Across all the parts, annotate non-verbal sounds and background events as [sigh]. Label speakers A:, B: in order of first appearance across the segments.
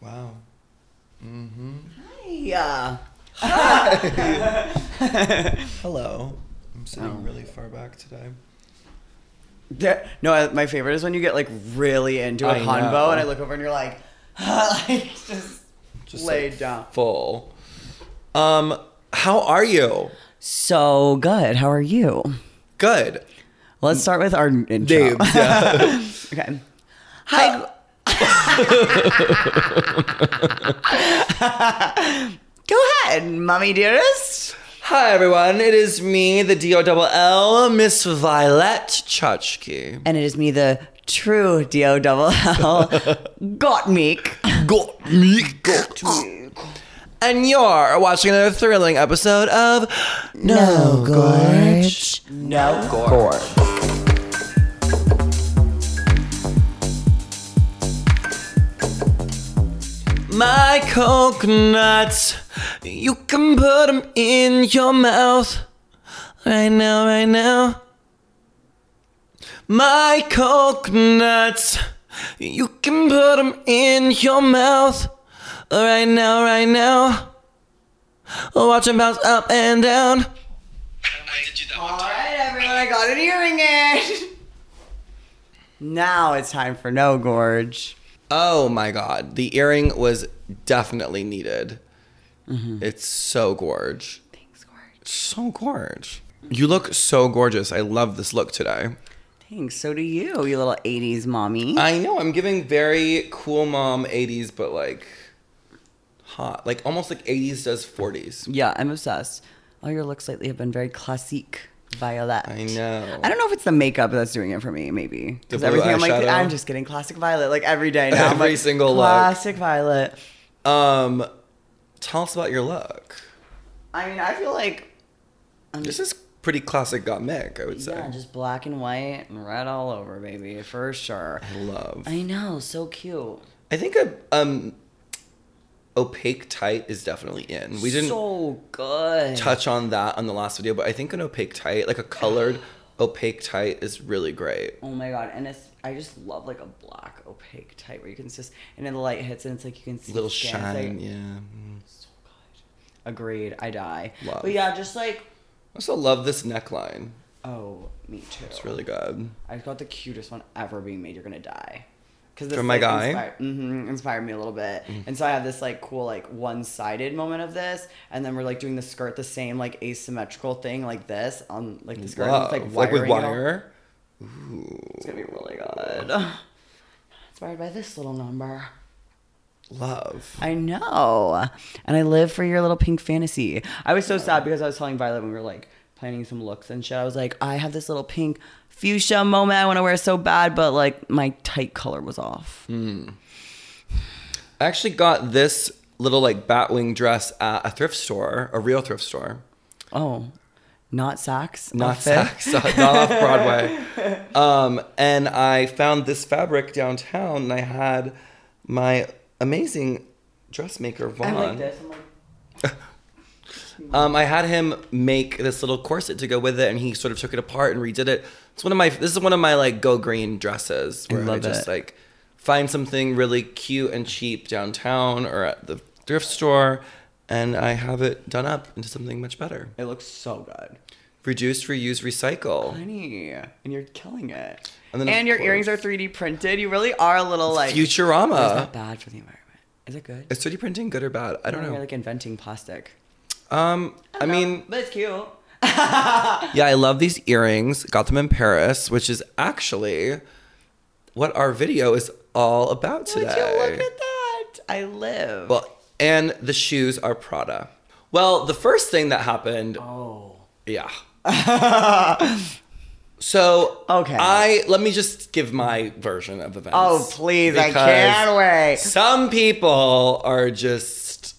A: Wow. Mm-hmm.
B: Yeah.
A: Hello. I'm sitting
B: Oh.
A: really far back today.
B: There, no, I, my favorite is when you get like really into a
A: I
B: convo
A: know.
B: and I look over and you're like, [laughs] like just, laid down.
A: Full. Um, how are you?
B: So good. How are you?
A: Good.
B: Let's start with our intro.
A: Dave. Yeah.
B: [laughs] Okay. Hi. [laughs] Go ahead, mommy dearest.
A: [laughs] Hi everyone. It is me, the D O double L, Miss Violet Chachki.
B: And it is me, the true D-O double
A: [laughs]
B: L, Gottmeek.
A: Got me. Got me. And you're watching another thrilling episode of No, Gorge.
B: No Gorge.
A: My coconuts, you can put them in your mouth. Right now, right now. My coconuts, you can put them in your mouth. Right now, right now. Watch 'em bounce up and down.
B: All right, everyone, I got an earring in. [laughs] now it's time for No Gorge.
A: Oh my god, the earring was definitely needed. It's so gorge.
B: Thanks, Gorge.
A: So gorge. You look so gorgeous. I love this look today.
B: Thanks. So do you, you little 80s mommy.
A: I know I'm giving very cool mom 80s, but like hot, like almost like 80s does 40s.
B: yeah, I'm obsessed. All your looks lately have been very classique, Violet.
A: I know.
B: I don't know if it's the makeup that's doing it for me, maybe.
A: The
B: Because
A: blue
B: everything I'm like,
A: eyeshadow?
B: I'm just getting classic violet like every day now. I'm
A: Every
B: like,
A: single look.
B: classic violet.
A: Um, tell us about your look.
B: I mean, I feel like
A: This is pretty classic got Mick, I would say.
B: yeah, just black and white and red all over, baby, for sure.
A: I love.
B: I know, so cute.
A: I think a um opaque tight is definitely in. We didn't
B: so good.
A: touch on that on the last video, but I think an opaque tight, like a
B: [gasps]
A: colored opaque tight, is really great.
B: Oh my god, and it's I just love like a black opaque type where you can just and then the light hits and it's like you can see
A: Little
B: skin. It's,
A: shine,
B: Like,
A: yeah. Mm.
B: so good. Agreed, I die.
A: Love.
B: But yeah, just like
A: I also love this neckline.
B: oh, me too.
A: It's really good.
B: I've got the cutest one ever being made. You're gonna die. Cause
A: From my guy? Mm.
B: inspired, mhm, inspired me a little bit, and so I have this like cool like one-sided moment of this, and then we're like doing the skirt the same like asymmetrical thing like this on like the skirt, and it's, like
A: Love. like with
B: wiring it all-
A: wire.
B: It's gonna be really good. [sighs] Inspired by this little number.
A: Love.
B: I know. And I live for your little pink fantasy. I was so sad because I was telling Violet when we were like planning some looks and shit. I was like, I have this little pink fuchsia moment I want to wear so bad, but like my tight color was off.
A: I actually got this little like batwing dress at a thrift store, a real thrift store,
B: Oh, not Saks.
A: not
B: outfit?
A: [laughs] Saks, not off Broadway. Um, and I found this fabric downtown, and I had my amazing dressmaker Vaughn.
B: I like this. I'm like,
A: Um, I had him make this little corset to go with it, and he sort of took it apart and redid it. It's one of my. This is one of my like go green dresses. Where I,
B: love
A: just
B: it.
A: like find something really cute and cheap downtown or at the thrift store, and I have it done up into something much better.
B: it looks so good.
A: Reduce, reuse, recycle.
B: Honey, and you're killing it.
A: And
B: And,
A: then, of
B: your
A: course-
B: earrings are 3D printed. You really are a little like. Is
A: Futurama.
B: that bad for the environment? Is it good?
A: Is 3D printing good or bad? I don't
B: You're
A: know.
B: like inventing plastic.
A: Um, I mean,
B: But it's cute.
A: yeah, I love these earrings. Got them in Paris, which is actually what our video is all about
B: Would you
A: today.
B: look at that? I live.
A: Well, and the shoes are Prada. Well, the first thing that happened,
B: oh. [laughs]
A: yeah. so
B: Okay.
A: I let me just give my version of events.
B: Oh, please. I
A: because
B: can't wait.
A: Some people are just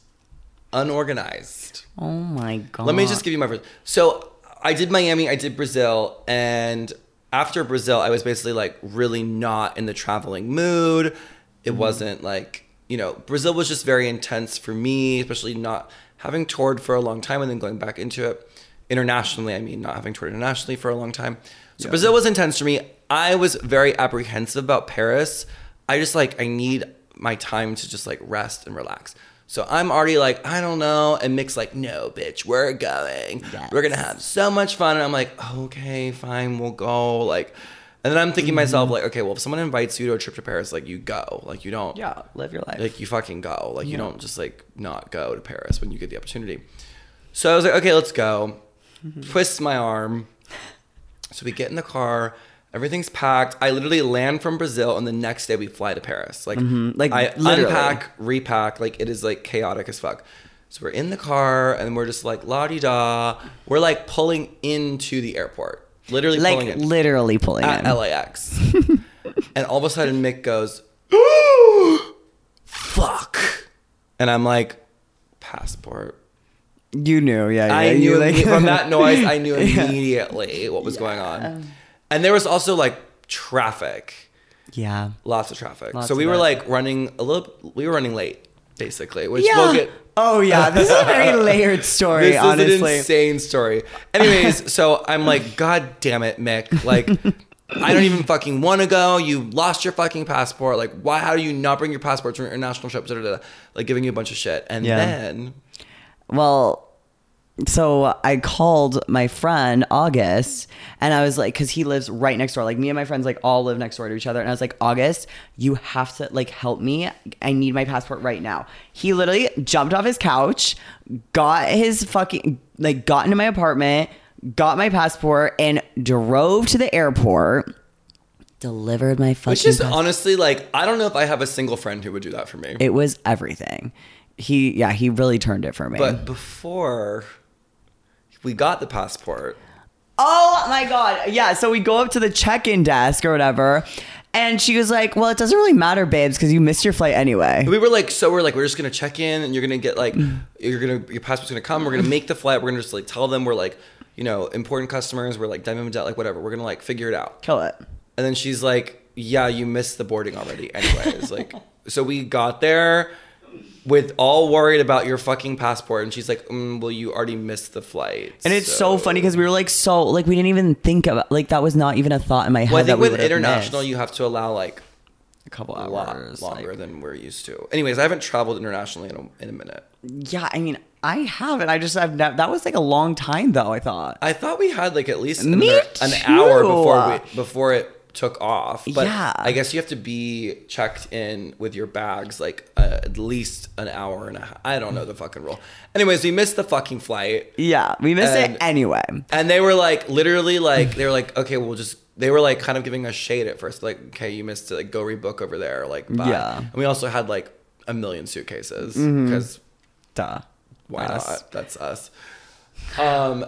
A: unorganized.
B: Oh my God.
A: Let me just give you my first. So I did Miami, I did Brazil, and after Brazil, I was basically like really not in the traveling mood. It wasn't like you know Brazil was just very intense for me, especially not having toured for a long time and then going back into it internationally. I mean, not having toured internationally for a long time. So Brazil was intense for me. I was very apprehensive about Paris. I just like I need my time to just like rest and relax. So I'm already like, I don't know. And Mick's like, no, bitch, we're going.
B: Yes.
A: We're going to have so much fun. And I'm like, okay, fine, we'll go. Like, and then I'm thinking myself, like, okay, well, if someone invites you to a trip to Paris, like, you go. Like, you don't
B: Yeah, live your life.
A: like you fucking go like you don't just like not go to paris when you get the opportunity so i was like okay let's go
B: Mm-hmm.
A: twists my arm so we get in the car everything's packed i literally land from brazil and the next day we fly to paris like
B: Mm-hmm. like,
A: i
B: literally.
A: unpack repack like it is like chaotic as fuck so we're in the car and we're just like la di da we're like pulling into the airport literally pulling Ah,
B: like
A: in
B: literally pulling
A: at
B: in.
A: LAX.
B: [laughs]
A: and all of a sudden, Mick
B: [gasps]
A: goes, fuck. And I'm like, passport.
B: You knew, yeah. yeah
A: I
B: you
A: knew
B: like-
A: imme- from that noise, I knew immediately what was going
B: Um,
A: on. And there was also like traffic,
B: [laughs] yeah.
A: lots of traffic.
B: Lots
A: so we
B: of
A: were
B: that.
A: like running a little, we were running late, basically, which
B: Yeah.
A: we'll get.
B: oh yeah, this is a
A: [laughs]
B: very layered story.
A: This is an
B: honestly,
A: insane story.
B: [laughs]
A: Anyways, so I'm like, God damn it, Mick. Like, I don't even fucking want to go. You lost your fucking passport. Like, why? How do you not bring your passport to an international trip? Da, da, da, da. Like, giving you a bunch of shit. And
B: Yeah.
A: then,
B: Well, so I called my friend August and I was like, because he lives right next door. Like, me and my friends, like, all live next door to each other. And I was like, August, you have to, like, help me. I need my passport right now. He literally jumped off his couch, got his fucking, like, got into my apartment, got my passport, and drove to the airport, delivered my fucking
A: which is
B: passport.
A: honestly like, I don't know if I have a single friend who would do that for me.
B: It was everything. He, yeah, he really turned it for me.
A: but before we got the passport,
B: Oh my god. Yeah, so we go up to the check-in desk or whatever. And she was like, "Well, it doesn't really matter, babes, because you missed your flight anyway."
A: we were like, so we're like, we're just gonna check in, and you're gonna get like,
B: Mm.
A: you're gonna your passport's gonna come. We're gonna make the flight. We're gonna just like tell them we're like, you know, important customers. We're like diamond debt, like whatever. We're gonna like figure it out.
B: Kill it.
A: And then she's like, yeah, you missed the boarding already. Anyways, like, so we got there with all worried about your fucking passport, and she's like, mm, well, you already missed the flight.
B: And it's so, funny because we were like so like we didn't even think about like that was not even a thought in my head.
A: Well, I
B: that
A: think
B: we
A: with
B: would've
A: international,
B: missed.
A: you have to allow like
B: a couple
A: a
B: hours
A: lot longer
B: like-
A: than we're used to. Anyways, I haven't traveled internationally in a, in a minute.
B: yeah, I mean, I haven't. I just I've never. That was like a long time though. I thought.
A: I thought we had like at least an,
B: Me
A: hour- an hour
B: too.
A: before we before it took off. But
B: Yeah.
A: I guess you have to be checked in with your bags like uh, at least an hour and a half. I don't know the fucking rule. Anyways, we missed the fucking flight.
B: Yeah, we missed
A: And-
B: it anyway.
A: And they were like, literally, like they were like, okay, we'll just. They were like, kind of giving us shade at first, like, okay, you missed it, like, go rebook over there, like, bye.
B: Yeah. Mm-hmm.
A: And we also had like a million suitcases because
B: Duh.
A: why
B: Us.
A: not? That's us. Um,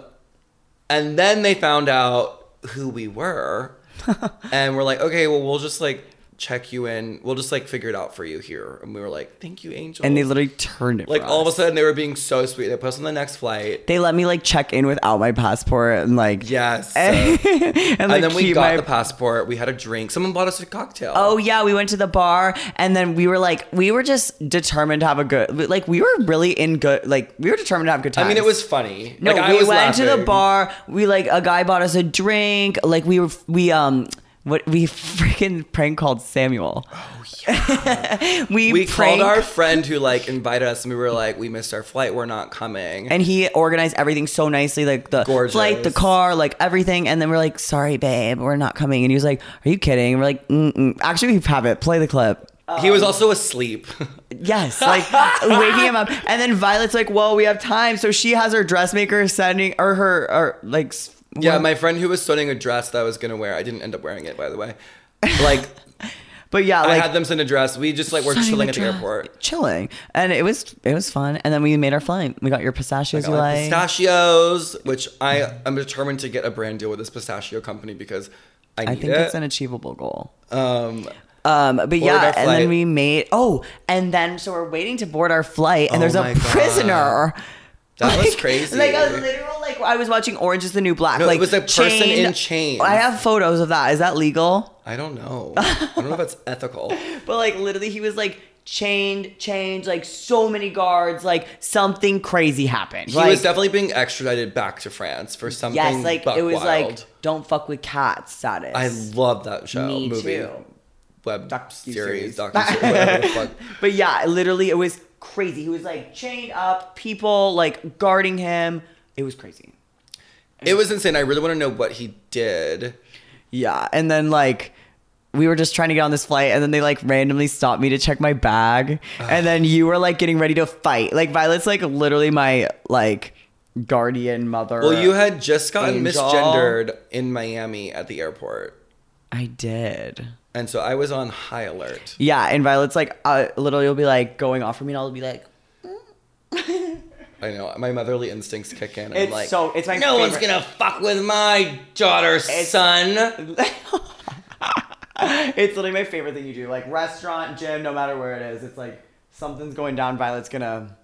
A: and then they found out who we were,
B: [laughs]
A: and we're like, okay, well, we'll just like check you in. We'll just like figure it out for you here. And we were like, thank you, Angel.
B: And they literally turned it.
A: like
B: for
A: all of a
B: us.
A: sudden they were being so sweet. They put us on the next flight.
B: They let me like check in without my passport and like
A: Yes. so-
B: [laughs] and, like,
A: and then we
B: keep
A: got
B: my
A: the passport. We had a drink. Someone bought us a cocktail.
B: Oh yeah, we went to the bar and then we were like we were just determined to have a good like we were really in good like we were determined to have good time.
A: I mean, it was funny.
B: no,
A: Like, I
B: we
A: was
B: went to the
A: laughing.
B: bar. We like a guy bought us a drink. Like we were we um what we freaking prank called Samuel. Oh yeah. [laughs] we
A: We called
B: pranked,
A: our friend who like invited us, and we were like, "We missed our flight. We're not coming."
B: and he organized everything so nicely, like the
A: Gorgeous.
B: flight, the car, like everything. And then we're like, "Sorry, babe, we're not coming." And he was like, "Are you kidding?" And we're like, Mm-mm. "Actually, we have it. Play the clip."
A: he
B: um,
A: was also asleep. [laughs]
B: Yes, like waking him up, and then Violet's like, "Well, we have time," so she has her dressmaker sending or her or like s-
A: Yeah,
B: one-
A: my friend who was sewing a dress that I was gonna wear, I didn't end up wearing it, by the way. Like,
B: [laughs] but yeah,
A: I
B: like
A: had them send a dress. We just like were
B: sending
A: chilling
B: a
A: at the
B: dress-
A: airport.
B: chilling, and it was it was fun. And then we made our flight. We got your pistachios,
A: Got,
B: you
A: like,
B: like.
A: pistachios, which I am determined to get a brand deal with this pistachio company because I need
B: I think
A: it.
B: it's an achievable goal.
A: um,
B: Um, but
A: our
B: yeah, and
A: flight.
B: then we made oh, and then so we're waiting to board our flight, and
A: Oh
B: there's
A: my
B: a
A: God.
B: prisoner.
A: That was
B: Like-
A: crazy.
B: Like a literal, like I was watching Orange is the New Black.
A: No, it
B: like
A: was a person
B: chained-
A: in chains.
B: I have photos of that. Is that legal?
A: I don't
B: [laughs]
A: know. I don't know if it's ethical.
B: But like literally he was like chained, chained, like so many guards, like something crazy happened.
A: He
B: like,
A: was definitely being extradited back to France for something.
B: yes, like
A: buck
B: it was
A: wild.
B: like don't fuck with cats status.
A: I love that show
B: Me
A: movie.
B: too.
A: web series,
B: series. [laughs]
A: docu series, whatever the fuck.
B: But yeah, literally, it was crazy. He was like chained up, people like guarding him. It was crazy.
A: It was insane. I really want to know what he did.
B: Yeah, and then like we were just trying to get on this flight, and then they like randomly stopped me to check my bag, and then you were like getting ready to fight. Like Violet's like literally my like guardian mother.
A: Well, you had just gotten
B: Angel.
A: misgendered in Miami at the airport.
B: I did.
A: And so I was on high alert.
B: Yeah, and Violet's like uh, literally will be like going off for me, and I'll be like.
A: I know my motherly instincts kick in. And
B: It's
A: I'm like,
B: so- it's my
A: no one's
B: favorite.
A: gonna fuck with my daughter, son.
B: [laughs] it's literally my favorite thing you do. Like restaurant, gym, no matter where it is, it's like something's going down. Violet's gonna.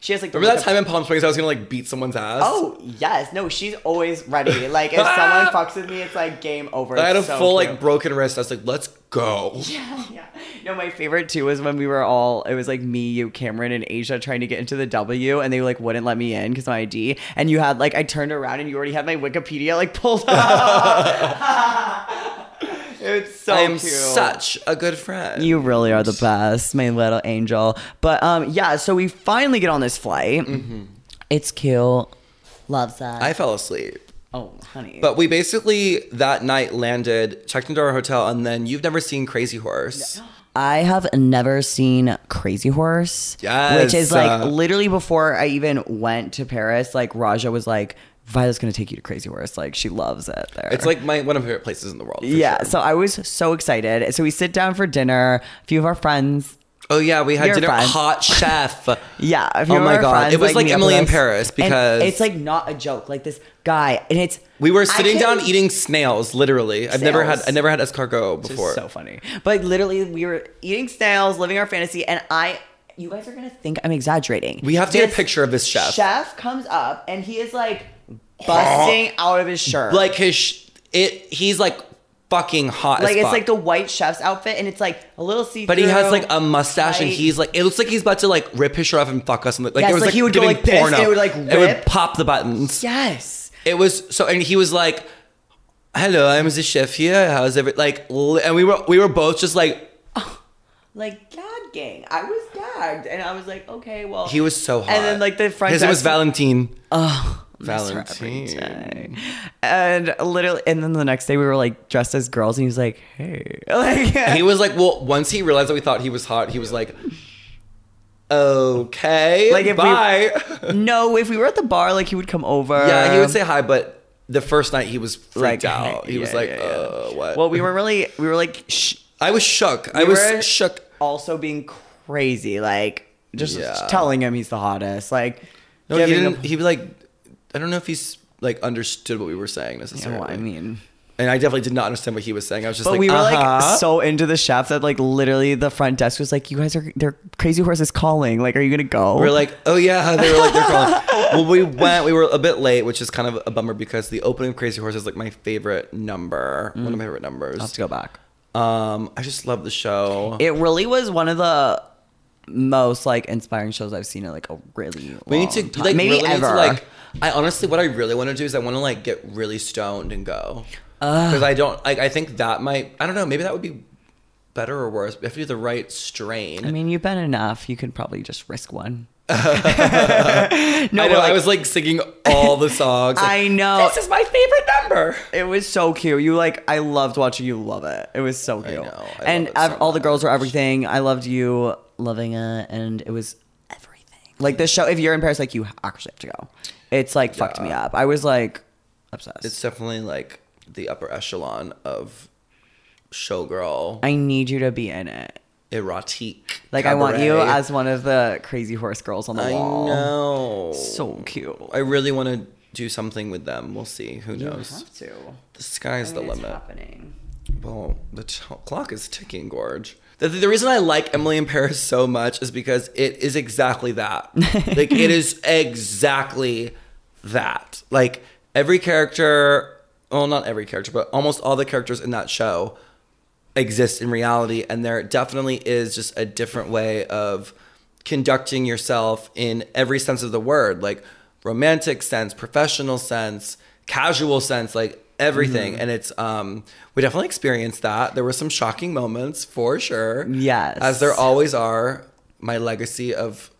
B: She has like. the
A: Remember that
B: makeup-
A: time in Palm Springs I was gonna like beat someone's ass?
B: Oh yes, no, she's always ready. Like if
A: [laughs]
B: someone fucks with me, it's like game over.
A: I had a
B: It's so
A: full
B: cute.
A: like broken wrist. I was like, let's go.
B: [laughs] yeah. No, my favorite too was when we were all. It was like me, you, Cameron, and Asia trying to get into the W, and they like wouldn't let me in because my ID. And you had like I turned around and you already had my Wikipedia like pulled up. [laughs] it's so
A: I am
B: cute.
A: such a good friend.
B: You really are the best, my little angel. But um, yeah, so we finally get on this flight. It's cute. Loves that.
A: Mm-hmm. I fell asleep.
B: oh, honey.
A: But we basically that night landed, checked into our hotel, and then you've never seen Crazy Horse.
B: I have never seen Crazy Horse.
A: Yes,
B: Which is like
A: uh,
B: literally before I even went to Paris, like Raja was like, Violet's gonna take you to Crazy Horse. Like she loves it there.
A: It's like my one of my favorite places in the world. for
B: Yeah.
A: sure.
B: So I was so excited. So we sit down for dinner, a few of our friends.
A: Oh yeah, we had
B: You're
A: dinner.
B: fine. [laughs]
A: Hot chef.
B: Yeah. A few
A: Oh
B: of
A: my
B: our
A: God.
B: friends,
A: It was like
B: meet up
A: Emily
B: with
A: in
B: us.
A: Paris,
B: And
A: because-
B: it's like not a joke. Like this guy and it's
A: We were
B: I
A: sitting
B: couldn't-
A: down eating snails. Literally, I've never had
B: Snails.
A: I never had escargot
B: It's
A: before.
B: so funny. But literally, we were eating snails, living our fantasy, and I. You guys are gonna think I'm exaggerating.
A: We have to get a
B: This
A: picture of this chef.
B: Chef comes up and he is like busting out of his shirt.
A: Oh. like his sh- it. He's like fucking hot.
B: like
A: as
B: it's
A: fuck.
B: like the white chef's outfit, and it's like a little see.
A: But he has like a mustache, and
B: tight.
A: he's like, it looks like he's about to like rip his shirt off and fuck us. And like,
B: Yes,
A: it was
B: like,
A: like
B: he would go
A: giving
B: like this, and it
A: porno.
B: would, like,
A: it would
B: rip.
A: pop the buttons.
B: yes.
A: It was so, and he was like, "Hello, I'm the chef here. How's every like?" li- And we were we were both just like,
B: Like gag gang, I was gagged, and I was like, okay, well,
A: he was so hot.
B: And then like the front
A: his name was
B: desk-
A: Valentine.
B: Oh, miss her every
A: Valentine.
B: day. And literally, and then the next day we were like dressed as girls, and he was like, "Hey," [laughs] like
A: [laughs] He was like, well, once he realized that we thought he was hot, he was like, "Okay, like
B: Like, if we-
A: bye." [laughs]
B: no, if we were at the bar, like he would come over.
A: yeah, he would say hi, but the first night he was freaked
B: Um, Like,
A: out.
B: [laughs]
A: He
B: yeah,
A: was like,
B: yeah, yeah.
A: "Uh, what?"
B: Well, we were really, we were like, sh-
A: I was shook. I was
B: were-
A: shook.
B: also being crazy, like just
A: Yeah.
B: telling him he's the hottest, like
A: No, he
B: giving
A: didn't.
B: him.
A: he like, I don't know if he's like understood what we were saying
B: You know
A: necessarily.
B: [laughs] what I mean.
A: and I definitely did not understand what he was saying. I was just
B: But
A: like,
B: we were
A: uh-huh.
B: like so into the chef that like literally the front desk was like, "You guys are they're crazy horses calling. Like, are you gonna go?"
A: We We're like, oh yeah, [laughs] they were like they're
B: [laughs]
A: calling. well, we went. We were a bit late, which is kind of a bummer because the opening of Crazy Horse is like my favorite number, one
B: Mm.
A: of my favorite numbers.
B: I have to go back.
A: Um, I just love the show.
B: It really was one of the most like inspiring shows I've seen in like a really long
A: we need to
B: time.
A: like
B: maybe
A: really
B: ever.
A: Need to, like, I honestly, what I really want to do is I want to like get really stoned and go because I don't like. I think that might. I don't know. Maybe that would be better or worse. We have to do the right strain.
B: I mean, you've been enough. You could probably just risk one. [laughs] no,
A: I
B: but,
A: know. I
B: like,
A: was like singing all
B: [laughs]
A: the songs. like,
B: I know.
A: This is my favorite number.
B: It was so cute. You like, I loved watching you love it. It was so cute.
A: know. I
B: and
A: love it so
B: ev- all the girls were
A: much.
B: everything. I loved you loving it, and it was everything. Like this show. If you're in Paris, like you actually have to go. It's like fucked me
A: Yeah.
B: up. I was like obsessed.
A: It's definitely like the upper echelon of showgirl
B: I need you to be in it.
A: erotique.
B: Like I want you
A: cabaret.
B: as one of the crazy horse girls on the
A: I
B: wall.
A: know.
B: So cute.
A: I really want to do something with them. We'll see. Who
B: You
A: knows?
B: have to.
A: The sky's the limit.
B: happening.
A: Well, the t- clock is ticking, Gorge. The, the reason I like Emily in Paris so much is because it is exactly
B: [laughs]
A: that. like, it is exactly that. Like, every character, well, not every character, but almost all the characters in that show exist in reality. And there definitely is just a different way of conducting yourself in every sense of the word like romantic sense, professional sense, casual sense. Like, everything. And it's um we definitely experienced that. There were some shocking moments for sure.
B: Yes.
A: As there always are, my legacy of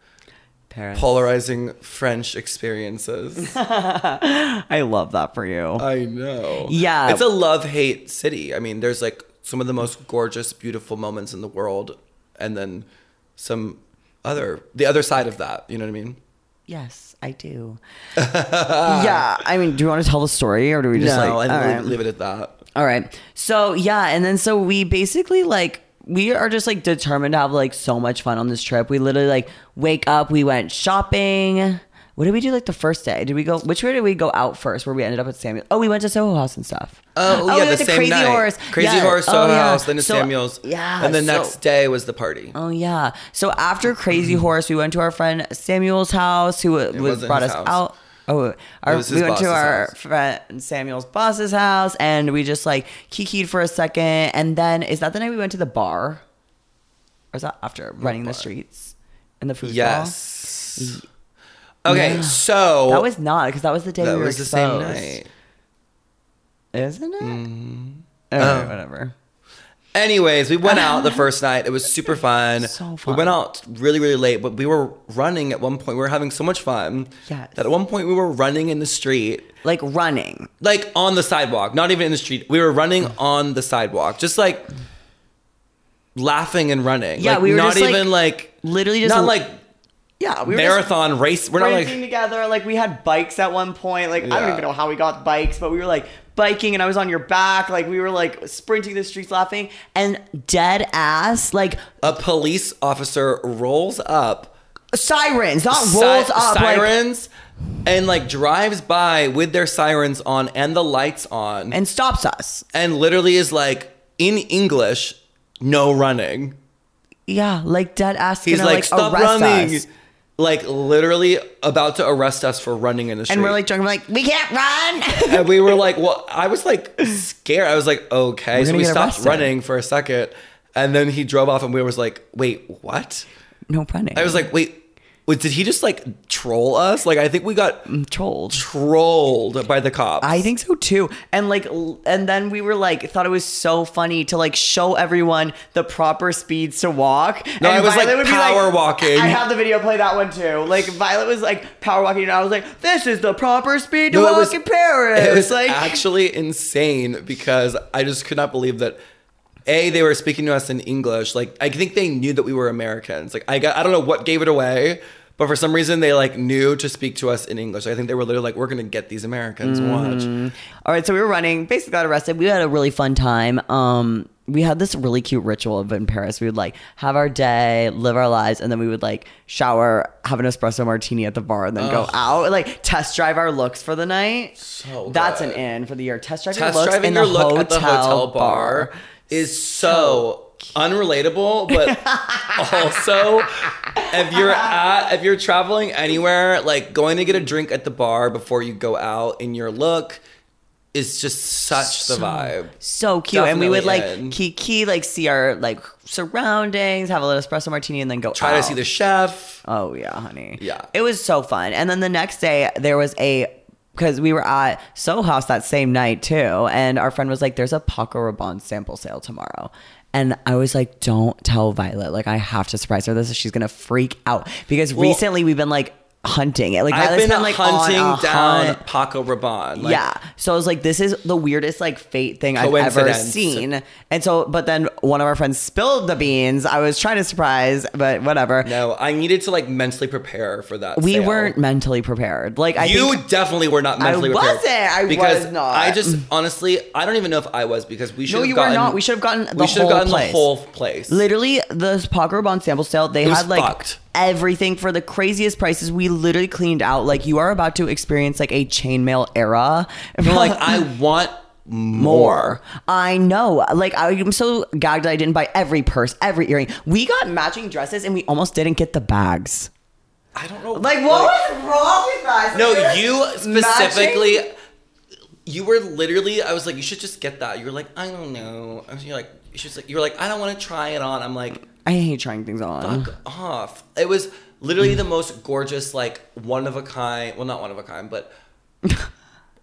B: Paris.
A: polarizing French experiences.
B: I love that for you.
A: I know.
B: Yeah.
A: It's a love hate city. I mean, there's like some of the most gorgeous, beautiful moments in the world, and then some other, the other side of that. You know what I mean?
B: yes,
A: [laughs]
B: I do. yeah, I mean, do you want to tell the story or do we just
A: no,
B: like
A: and
B: all
A: leave,
B: right.
A: leave it at that.
B: All right. So yeah, and then so we basically like we are just like determined to have like so much fun on this trip. We literally like wake up, we went shopping. What did we do like the first day? Did we go which way did we go out first where we ended up at Samuel? Oh, we went to Soho House and stuff.
A: Oh,
B: we
A: yeah, the
B: went to
A: same
B: Crazy
A: night.
B: Horse.
A: Crazy
B: Yeah.
A: Horse, Soho
B: Oh, yeah.
A: House, then to
B: So-
A: Samuel's.
B: Yeah.
A: And the
B: so-
A: next day was the party.
B: Oh yeah. So
A: [clears throat]
B: after Crazy Horse, we went to our friend Samuel's house, who was
A: wasn't
B: brought
A: his
B: us
A: house.
B: out. Oh, our,
A: was
B: we
A: his
B: went to
A: boss's
B: our
A: house.
B: friend Samuel's boss's house, and we just like kikied for a second, and then is that the night we went to the bar? Or is that after running the
A: bar?
B: streets and the food? hall?
A: Yes. Okay,
B: Yeah.
A: so
B: that was not because that was the day
A: that
B: we were
A: was the same
B: exposed.
A: night.
B: isn't it? Okay,
A: Oh.
B: Whatever.
A: Anyways, we went out
B: [laughs]
A: the first night. It was super fun.
B: So
A: We went
B: fun.
A: out really, really late, but we were running at one point. We were having so much fun
B: Yes.
A: that at one point we were running in the street,
B: Like running.
A: like on the sidewalk, not even in the street. We were running on the sidewalk, just like laughing and running.
B: Yeah,
A: like,
B: we were
A: not
B: just, like,
A: even like,
B: Literally just
A: not like
B: yeah, we were just
A: marathon race. We're not
B: Drinking
A: like
B: together. Like we had bikes at one point. Like I don't
A: Yeah.
B: even know how we got bikes, but we were like biking, and I was on your back. Like we were like sprinting the streets, laughing, and dead ass like
A: a police officer rolls up.
B: sirens, not
A: si-
B: rolls up. Like,
A: sirens and like drives by with their sirens on and the lights on
B: and stops us.
A: and literally is like in English, no running.
B: Yeah, like dead ass.
A: He's
B: gonna,
A: like,
B: like,
A: stop
B: arrest
A: running.
B: us.
A: Like literally about to arrest us for running in the street.
B: And we're like drunk. We're like, we can't run. [laughs]
A: and we were like, well, I was like scared. I was like, okay. So
B: gonna
A: we
B: get
A: stopped
B: arrested.
A: running for a second. And then he drove off and we was like, wait, what?
B: no running.
A: I was like, wait, wait, did he just like troll us? Like, I think we got
B: trolled.
A: trolled by the cops.
B: I think so too. And like, l- and then we were like, thought it was so funny to like show everyone the proper speeds to walk.
A: No,
B: and
A: I was, like,
B: Violet would be
A: power walking.
B: I have the video play that one too. Like Violet was like power walking, and I was like, this is the proper speed to
A: No, it
B: walk
A: was-
B: in Paris.
A: It was
B: like,
A: actually insane because I just could not believe that. A, they were speaking to us in English. Like I think they knew that we were Americans. Like I got, I don't know what gave it away, but for some reason they like knew to speak to us in English. I think they were literally like, "We're gonna get these Americans." Watch.
B: all right, so we were running, basically got arrested. We had a really fun time. Um, we had this really cute ritual of in Paris. We would like have our day, live our lives, and then we would like shower, have an espresso martini at the bar, and then go out, like test drive our looks for the night.
A: So
B: That's an
A: good.
B: in for the year. Test drive
A: Test
B: your looks
A: driving
B: in
A: your
B: the
A: look
B: hotel
A: at the hotel bar, is so unrelatable,
B: [laughs]
A: but also if you're at if you're traveling anywhere, like going to get a drink at the bar before you go out in your look is just such the vibe.
B: So cute, and we would like
A: Definitely in.
B: kiki, like see our like surroundings, have a little espresso martini, and then go
A: Try
B: out.
A: to see the chef.
B: Oh yeah, honey.
A: Yeah.
B: It was so fun. And then the next day there was a because we were at Soho House that same night too, and our friend was like, "There's a Paco Rabanne sample sale tomorrow." And I was like, "Don't tell Violet. Like, I have to surprise her. This she's gonna freak out." Because
A: Well,
B: recently we've been like hunting it. Like
A: I've
B: Violet's
A: been,
B: like
A: hunting
B: on a
A: down
B: hunt.
A: Paco Rabanne. Like,
B: yeah. So I was like, this is the weirdest like fate thing I've ever
A: Coincidence.
B: seen. And so, but then one of our friends spilled the beans. I was trying to surprise, but whatever.
A: No, I needed to like mentally prepare for that.
B: We
A: sale.
B: weren't mentally prepared. Like I
A: you
B: think,
A: definitely were not mentally prepared.
B: wasn't. I
A: because
B: was not.
A: I just honestly, I don't even know if I was because we should.
B: no,
A: have
B: you
A: gotten,
B: were not. We should have gotten the
A: we should
B: whole
A: have gotten
B: place.
A: the whole place.
B: literally the Paco Rabanne sample sale. They
A: It was
B: had like
A: fucked.
B: everything for the craziest prices. We literally cleaned out. Like you are about to experience like a chainmail era.
A: We're
B: [laughs]
A: like, I want more.
B: I know. Like I'm so gagged that I didn't buy every purse, every earring. We got matching dresses and we almost didn't get the bags.
A: I don't know.
B: Like what was wrong with us?
A: No, you specifically. You were literally. I was like, you should just get that. You were like, I don't know. I was, you're like, you should. You were like, I don't want to try it on. I'm like,
B: I hate trying things on.
A: fuck off. It was
B: [laughs]
A: literally the most gorgeous, like one of a kind. Well, not one of a kind, but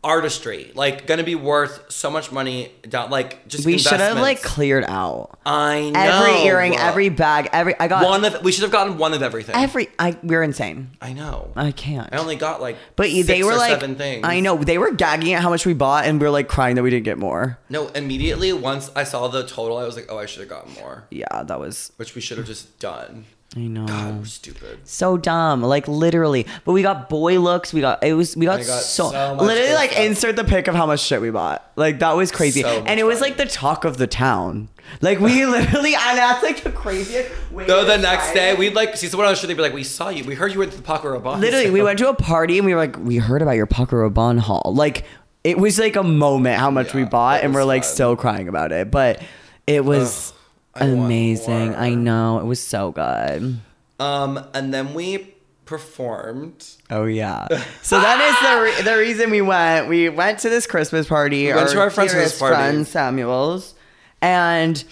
A: artistry, like gonna be worth so much money. Down, like just
B: we should have
A: investments.
B: like cleared out
A: I know
B: every earring, every bag, every. I got
A: one of we should have gotten one of everything.
B: every. I we're insane.
A: I know.
B: I can't.
A: I only got like
B: uh, But
A: six
B: they were
A: or
B: like,
A: seven things.
B: I know they were gagging at how much we bought, and we were like crying that we didn't get more.
A: No, immediately once I saw the total, I was like, oh, I should have gotten more,
B: Yeah, that was.
A: which we should have just done.
B: I know.
A: God, we're stupid.
B: So dumb, like literally. But we got boy looks. We got it was we got,
A: I got
B: so,
A: so much
B: literally
A: good
B: like
A: stuff.
B: insert the pic of how much shit we bought. Like that was crazy,
A: So much
B: and it was
A: fun.
B: like the talk of the town. Like
A: [laughs]
B: we literally, and that's like the craziest. way
A: So
B: to
A: the next
B: describe
A: day,
B: it.
A: we'd like see someone else. Should they be like, we saw you. We heard you went to the Paco Rabanne.
B: literally we went to a party and we were like, we heard about your Paco Rabanne haul. Like it was like a moment how much we
A: Yeah,
B: bought,
A: it
B: and we're
A: was
B: like
A: fun.
B: still crying about it. But it was
A: I want
B: amazing.
A: more.
B: I know it was so good.
A: Um, and then we performed.
B: Oh yeah. So that is the re- the reason we went. We went to this Christmas party. We
A: went to our friend's Christmas party.
B: friend Samuel's, and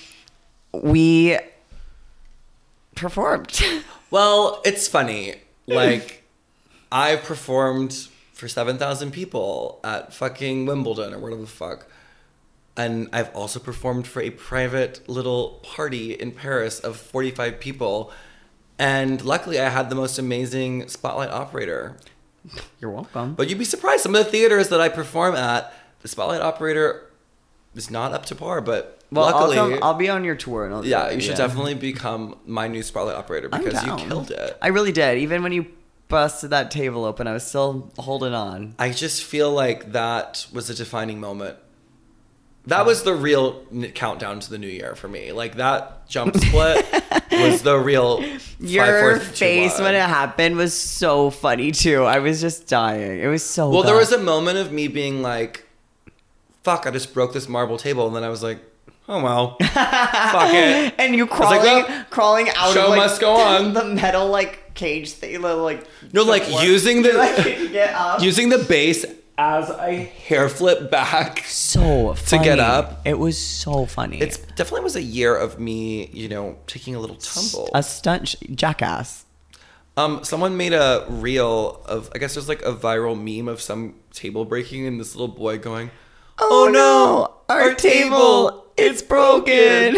B: we performed. [laughs]
A: Well, it's funny. Like, [laughs] I performed for 7,000 people at fucking Wimbledon or whatever the fuck. And I've also performed for a private little party in Paris of 45 people. And luckily, I had the most amazing spotlight operator.
B: You're welcome.
A: But you'd be surprised. Some of the theaters that I perform at, the spotlight operator is not up to par. But
B: well,
A: luckily,
B: I'll, come, I'll be on your tour. And I'll
A: yeah, you should definitely become my new spotlight operator
B: I'm
A: because you
B: down.
A: killed it.
B: I really did. Even when you busted that table open, I was still holding on.
A: I just feel like that was a defining moment. That was the real n- countdown to the new year for me. Like that
B: [laughs]
A: jump split was the real. five,
B: Your
A: four, three, two,
B: face
A: one.
B: when it happened was so funny too. I was just dying. It was so.
A: Well, there
B: bad.
A: was a moment of me being like, "Fuck!" I just broke this marble table, and then I was like, "Oh
B: [laughs]
A: well, fuck it."
B: and you
A: like,
B: crawling,
A: "Oh,
B: crawling out
A: show
B: of like,
A: must go on."
B: [laughs] the metal like cage thing, the, like
A: No, like
B: floor.
A: using the-
B: [laughs] like, you get up.
A: Using the base as a hair flip
B: [laughs]
A: back.
B: so funny.
A: get up.
B: It was so funny.
A: It's definitely was a year of me, you know, taking a little tumble.
B: a stunt sh- jackass.
A: Um, someone made a reel of I guess there's like a viral meme of some table breaking and this little boy going, "Oh, no,
B: our, table, it's broken.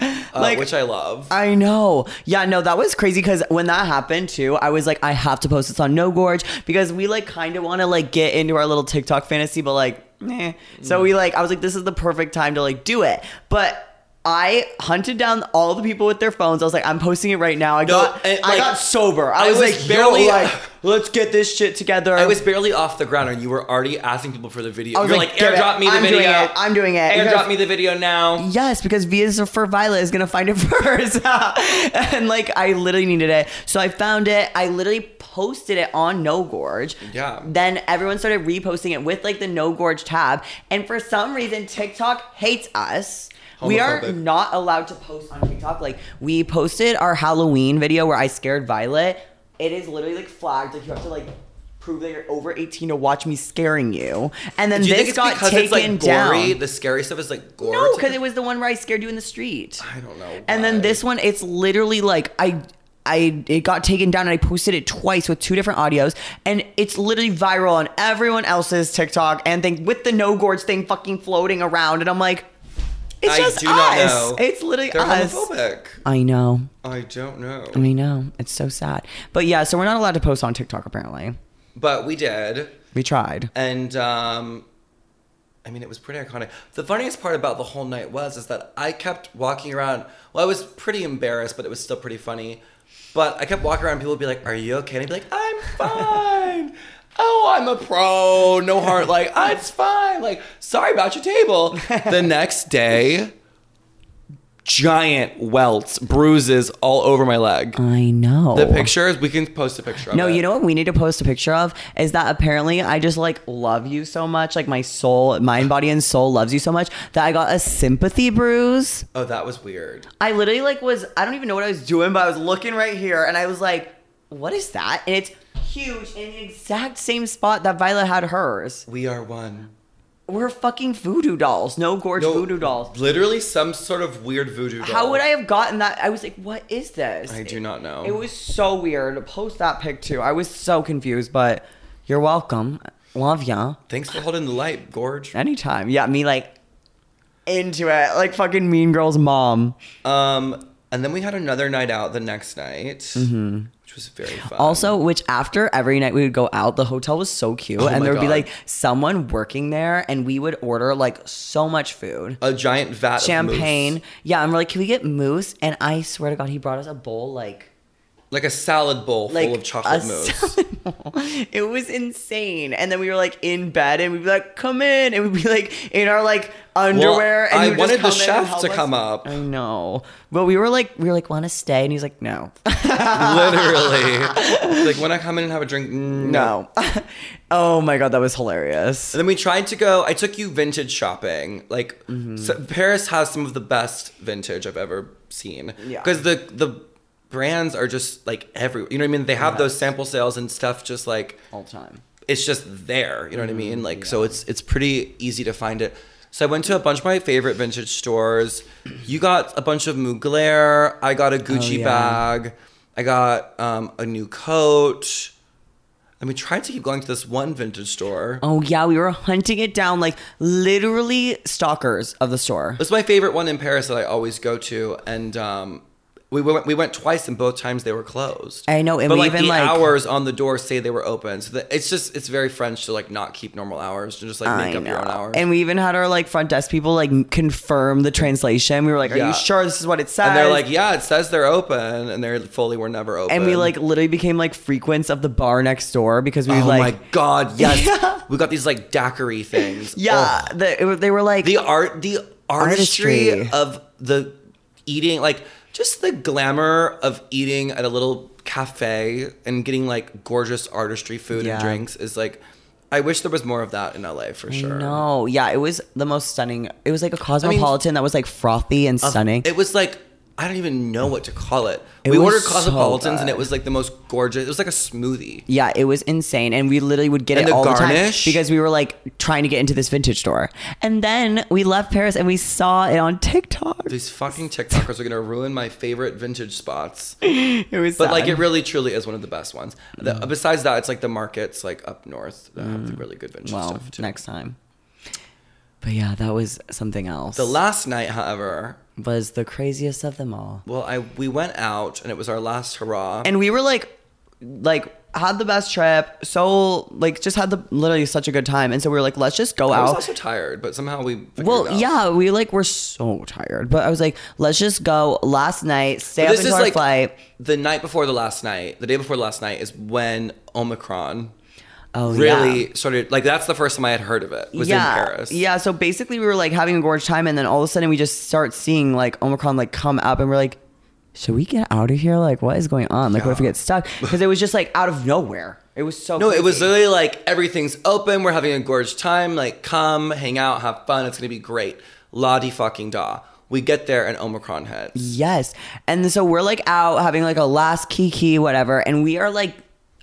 A: [laughs] Uh, which I love.
B: I know. Yeah, no, that was crazy because when that happened too, I was like, I have to post this on No Gorge because we like kind of want to like get into our little TikTok fantasy, but like, eh. So we like, I was like, this is the perfect time to like do it. But I hunted down all the people with their phones. I was like, I'm posting it right now. I got,
A: and,
B: I
A: like,
B: got sober. I,
A: I
B: was,
A: was
B: like, barely
A: barely- [sighs]
B: like, let's get this shit together.
A: I was barely off the ground and you were already asking people for the video.
B: I was
A: You're like,
B: "Give it.
A: airdrop me the
B: I'm
A: video.
B: Doing it. I'm doing it. You
A: airdrop
B: guys-
A: me the video now.
B: Yes, because V is for Violet is gonna find it [laughs] first. and like I literally needed it. So I found it. I literally posted it on No Gorge.
A: Yeah.
B: Then everyone started reposting it with like the No Gorge tab. And for some reason, TikTok hates us. We are
A: Homophobic.
B: not allowed to post on TikTok. Like we posted our Halloween video where I scared Violet. It is literally like flagged. Like you have to like prove that you're over 18 to watch me scaring you. And then
A: Do you
B: this
A: think it's
B: got
A: because
B: taken
A: it's like
B: down.
A: gory? The scary stuff is like gory.
B: No, because it was the one where I scared you in the street.
A: I don't know.
B: And
A: why.
B: then this one, it's literally like I, I it got taken down and I posted it twice with two different audios, and it's literally viral on everyone else's TikTok and thing with the no gorge thing fucking floating around, and I'm like, it's
A: I
B: just
A: do
B: us.
A: not know.
B: It's literally
A: They're
B: us.
A: homophobic.
B: I know.
A: I don't know.
B: I know. It's so sad. But yeah, so we're not allowed to post on TikTok apparently.
A: But we did.
B: We tried.
A: and um I mean, it was pretty iconic. The funniest part about the whole night was is that I kept walking around. Well, I was pretty embarrassed, but it was still pretty funny. But I kept walking around. People would be like, "Are you okay?" And I'd be like,
B: [laughs]
A: "I'm fine. oh, I'm a pro. No heart. Like, "Ah, it's fine. Like, sorry about your table."
B: [laughs]
A: The next day, giant welts, bruises all over my leg.
B: I know.
A: The pictures. We can post a picture. Of
B: Mm. No,
A: it.
B: you know what we need to post a picture of is that apparently I just like love you so much, like my soul, mind, body, and soul loves you so much that I got a sympathy bruise.
A: Oh, that was weird.
B: I literally like was I don't even know what I was doing, but I was looking right here and I was like, "What is that?" And it's huge in the exact same spot that Violet had hers.
A: We are one.
B: We're fucking voodoo dolls, no gorge
A: No,
B: voodoo dolls.
A: Literally some sort of weird voodoo doll.
B: How would I have gotten that? I was like, "What is this?"
A: I do not know.
B: It was so weird. Post that pic too. I was so confused, but you're welcome. Love ya.
A: Thanks for holding the light, Gorge.
B: Anytime. Yeah, me like into it. Like fucking Mean Girls mom.
A: Um, and then we had another night out the next night, which was very fun.
B: Mm-hmm. Also, which after every night we would go out, the hotel was so cute.
A: Oh my
B: and there would be
A: God.
B: like someone working there and we would order like so much food.
A: a giant vat of
B: Champagne.
A: mousse.
B: Yeah, and we're like, can we get mousse? And I swear to God, he brought us a bowl like
A: like a salad bowl
B: like
A: full of chocolate
B: a [laughs]
A: mousse.
B: salad bowl. It was insane. And then we were like in bed and we'd be like, come in. And we'd be like in our like underwear. and
A: I
B: he would
A: wanted
B: just
A: the
B: come in and
A: chef
B: help
A: to
B: us.
A: come up.
B: I know. But we were like, we were like, want to stay? And he's like, no. [laughs]
A: Literally, like when I come in and have a drink, mm, no.
B: No. [laughs] oh my god, that was hilarious.
A: And then we tried to go. I took you vintage shopping. Like
B: Mm-hmm.
A: so- Paris has some of the best vintage I've ever seen.
B: Yeah.
A: Because the the brands are just like everywhere. You know what I mean? They have those sample sales and stuff. Just like
B: All time.
A: it's just there. You know what I
B: Mm-hmm.
A: mean? Like so, it's it's pretty easy to find it. So I went to a bunch of my favorite vintage stores. You got a bunch of Mugler. I got a Gucci
B: Oh, yeah.
A: bag. I got um, a new coat. And we tried to keep going to this one vintage store.
B: Oh yeah, we were hunting it down like literally stalkers of the store.
A: It's my favorite one in Paris that I always go to, and um, we went we went twice, and both times they were closed.
B: I know, and
A: but
B: we
A: like
B: even,
A: the
B: like-
A: hours on the door say they were open, so that, it's just it's very French to like not keep normal hours to just like make
B: I
A: up your own
B: know.
A: hours.
B: And we even had our like front desk people like confirm the translation. We were like, "Are
A: Yeah.
B: you sure this is what it says?"
A: And they're like, yeah, it says they're open, and they're fully were never open.
B: and we like literally became like frequents of the bar next door because we
A: oh
B: like,
A: my god, yes,
B: [laughs] Yeah.
A: we got these like daiquiri things. Oh,
B: yeah,
A: Ugh.
B: the, it, was- they were like,
A: the art the artistry,
B: Artistry.
A: of the eating like just the glamour of eating at a little cafe and getting like gorgeous artistry food
B: Yeah.
A: and drinks is like i wish there was more of that in la for sure
B: no, yeah, it was the most stunning. It was like a cosmopolitan that was like frothy and stunning.
A: it was like i don't even know what to call it,
B: It
A: we
B: was
A: ordered
B: so
A: cosmopolitans and
B: good.
A: it was like the most gorgeous it was like a smoothie
B: Yeah, it was insane, and we literally would get
A: And
B: it
A: the
B: all
A: garnish?
B: the time because we were like trying to get into this vintage store. And then we left Paris and we saw it on TikTok.
A: these fucking tiktokers are gonna ruin my favorite vintage
B: [laughs]
A: spots
B: [laughs] It was,
A: But like
B: sad. Mm.
A: it really truly is one of the best ones. The- besides that, it's like the markets like up north that have the really good vintage
B: well
A: stuff too.
B: next time. But yeah, that was something else.
A: The last night, however,
B: was the craziest of them all,
A: well, I we went out and it was our last hurrah.
B: and we were like, like had the best trip. So like just had the literally such a good time, and so we were like, let's just go
A: I was
B: out.
A: also tired, but somehow we figured
B: well,
A: it out.
B: yeah, we like were so tired, but I was like, let's just go. Last night, stay up
A: This
B: until
A: is
B: our
A: like
B: flight.
A: the night before the last night, the day before the last night is when Omicron
B: Oh,
A: really
B: yeah.
A: started. Like that's the first time I had heard of it. Was
B: yeah,
A: in Paris.
B: Yeah, so basically we were like having a gorge time and then all of a sudden we just start seeing like Omicron like come up and we're like, should we get out of here? Like what is going on? Like what if we
A: Yeah.
B: get stuck? Because it was just like out of nowhere. It was so
A: No, it was
B: crazy.
A: literally like everything's open. We're having a gorge time. Like, come, hang out, have fun. It's gonna be great. La di fucking da. We get there and Omicron hits.
B: Yes. And so we're like out having like a last kiki, whatever, and we are like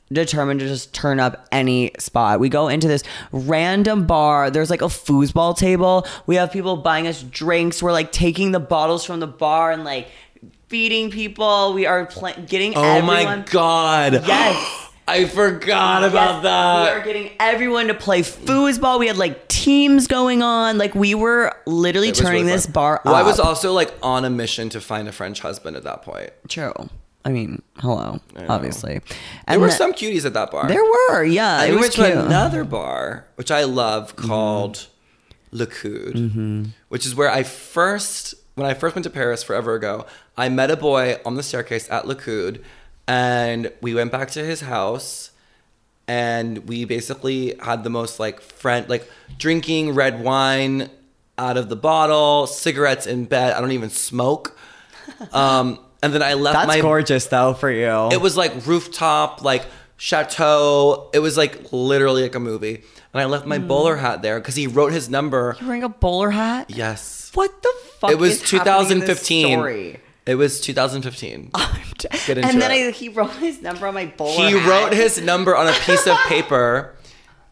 B: determined to just turn up any spot. We go into this random bar. There's like a foosball table. We have people buying us drinks. We're like taking the bottles from the bar and like feeding people. We are pla- getting
A: Oh my
B: everyone-
A: god.
B: Yes.
A: [gasps] I forgot about
B: Yes, We are
A: that.
B: getting everyone to play foosball. We had like teams going on. Like we were literally
A: It was really
B: turning this
A: fun.
B: bar
A: Well,
B: up.
A: I was also like on a mission to find a French husband at that point.
B: True. I mean, hello,
A: know.
B: obviously. And
A: There were
B: the-
A: some cuties at that bar.
B: There were, yeah.
A: I
B: it
A: we
B: was
A: went
B: cute.
A: to another bar, which I love, called Le Coude,
B: Mm-hmm.
A: which is where I first, when I first went to Paris forever ago, I met a boy on the staircase at Le Coude, and we went back to his house, and we basically had the most like friend, like drinking red wine out of the bottle, cigarettes in bed. I don't even smoke.
B: [laughs]
A: Um, and then I left
B: That's
A: my
B: gorgeous, though, for you.
A: it was like rooftop, like chateau. It was like literally like a movie. And I left my
B: Mm.
A: bowler hat there because he wrote his number.
B: you wearing a bowler hat.
A: Yes.
B: What the fuck?
A: It was
B: is happening in this
A: 2015.
B: story?
A: It was
B: [laughs]
A: 2015. Get into
B: and then
A: it.
B: I, he wrote his number on my bowler.
A: he
B: hat.
A: wrote his number on a piece of paper,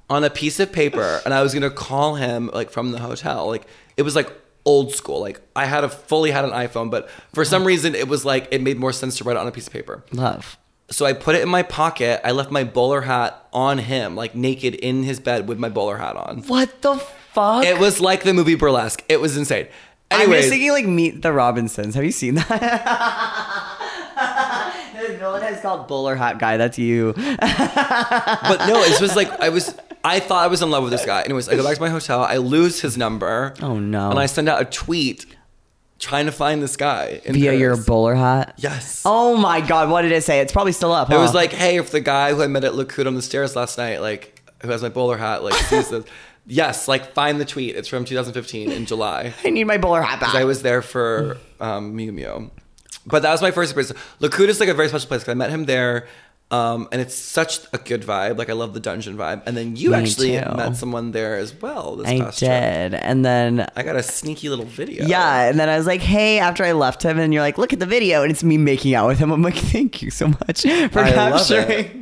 A: on a piece of paper, and I was gonna call him like from the hotel. Like it was like old school. Like I had a fully had an iPhone, but for some
B: Oh.
A: reason it was like it made more sense to write it on a piece of paper.
B: love.
A: So I put it in my pocket. I left my bowler hat on him, like naked in his bed with my bowler hat on.
B: What the fuck?
A: It was like the movie Burlesque. It was insane.
B: I'm just
A: Anyways,
B: thinking like Meet the Robinsons. Have you seen that? [laughs] the villain is called Bowler Hat Guy. That's you.
A: but no, it was like I
B: [laughs]
A: was. I thought I was in love with this guy. Anyways, I go back to my hotel. I lose his number.
B: Oh, no.
A: And I send out a tweet trying to find this guy in
B: Via your
A: Paris.
B: bowler hat.
A: yes.
B: Oh my god, what did it say? It's probably still up.
A: It
B: huh?
A: was like, hey, if the guy who I met at Lakut on the stairs last night, like who has my bowler hat, like sees
B: [laughs]
A: this, yes, like find the tweet. It's from 2015 in July.
B: I need my bowler hat
A: 'Cause
B: back.
A: I was there for um, Mew Mew. But that was my first experience. Lakut is like a very special place because I met him there. Um, and it's such a good vibe. Like I love the dungeon vibe. And then you
B: Me
A: actually
B: too.
A: met someone there as well this
B: I
A: past trip.
B: did. And then
A: I got a sneaky little video.
B: yeah, and then I was like, "Hey!" After I left him, and you're like, "Look at the video," and it's me making out with him. I'm like, "Thank you so much for
A: I love it.
B: capturing."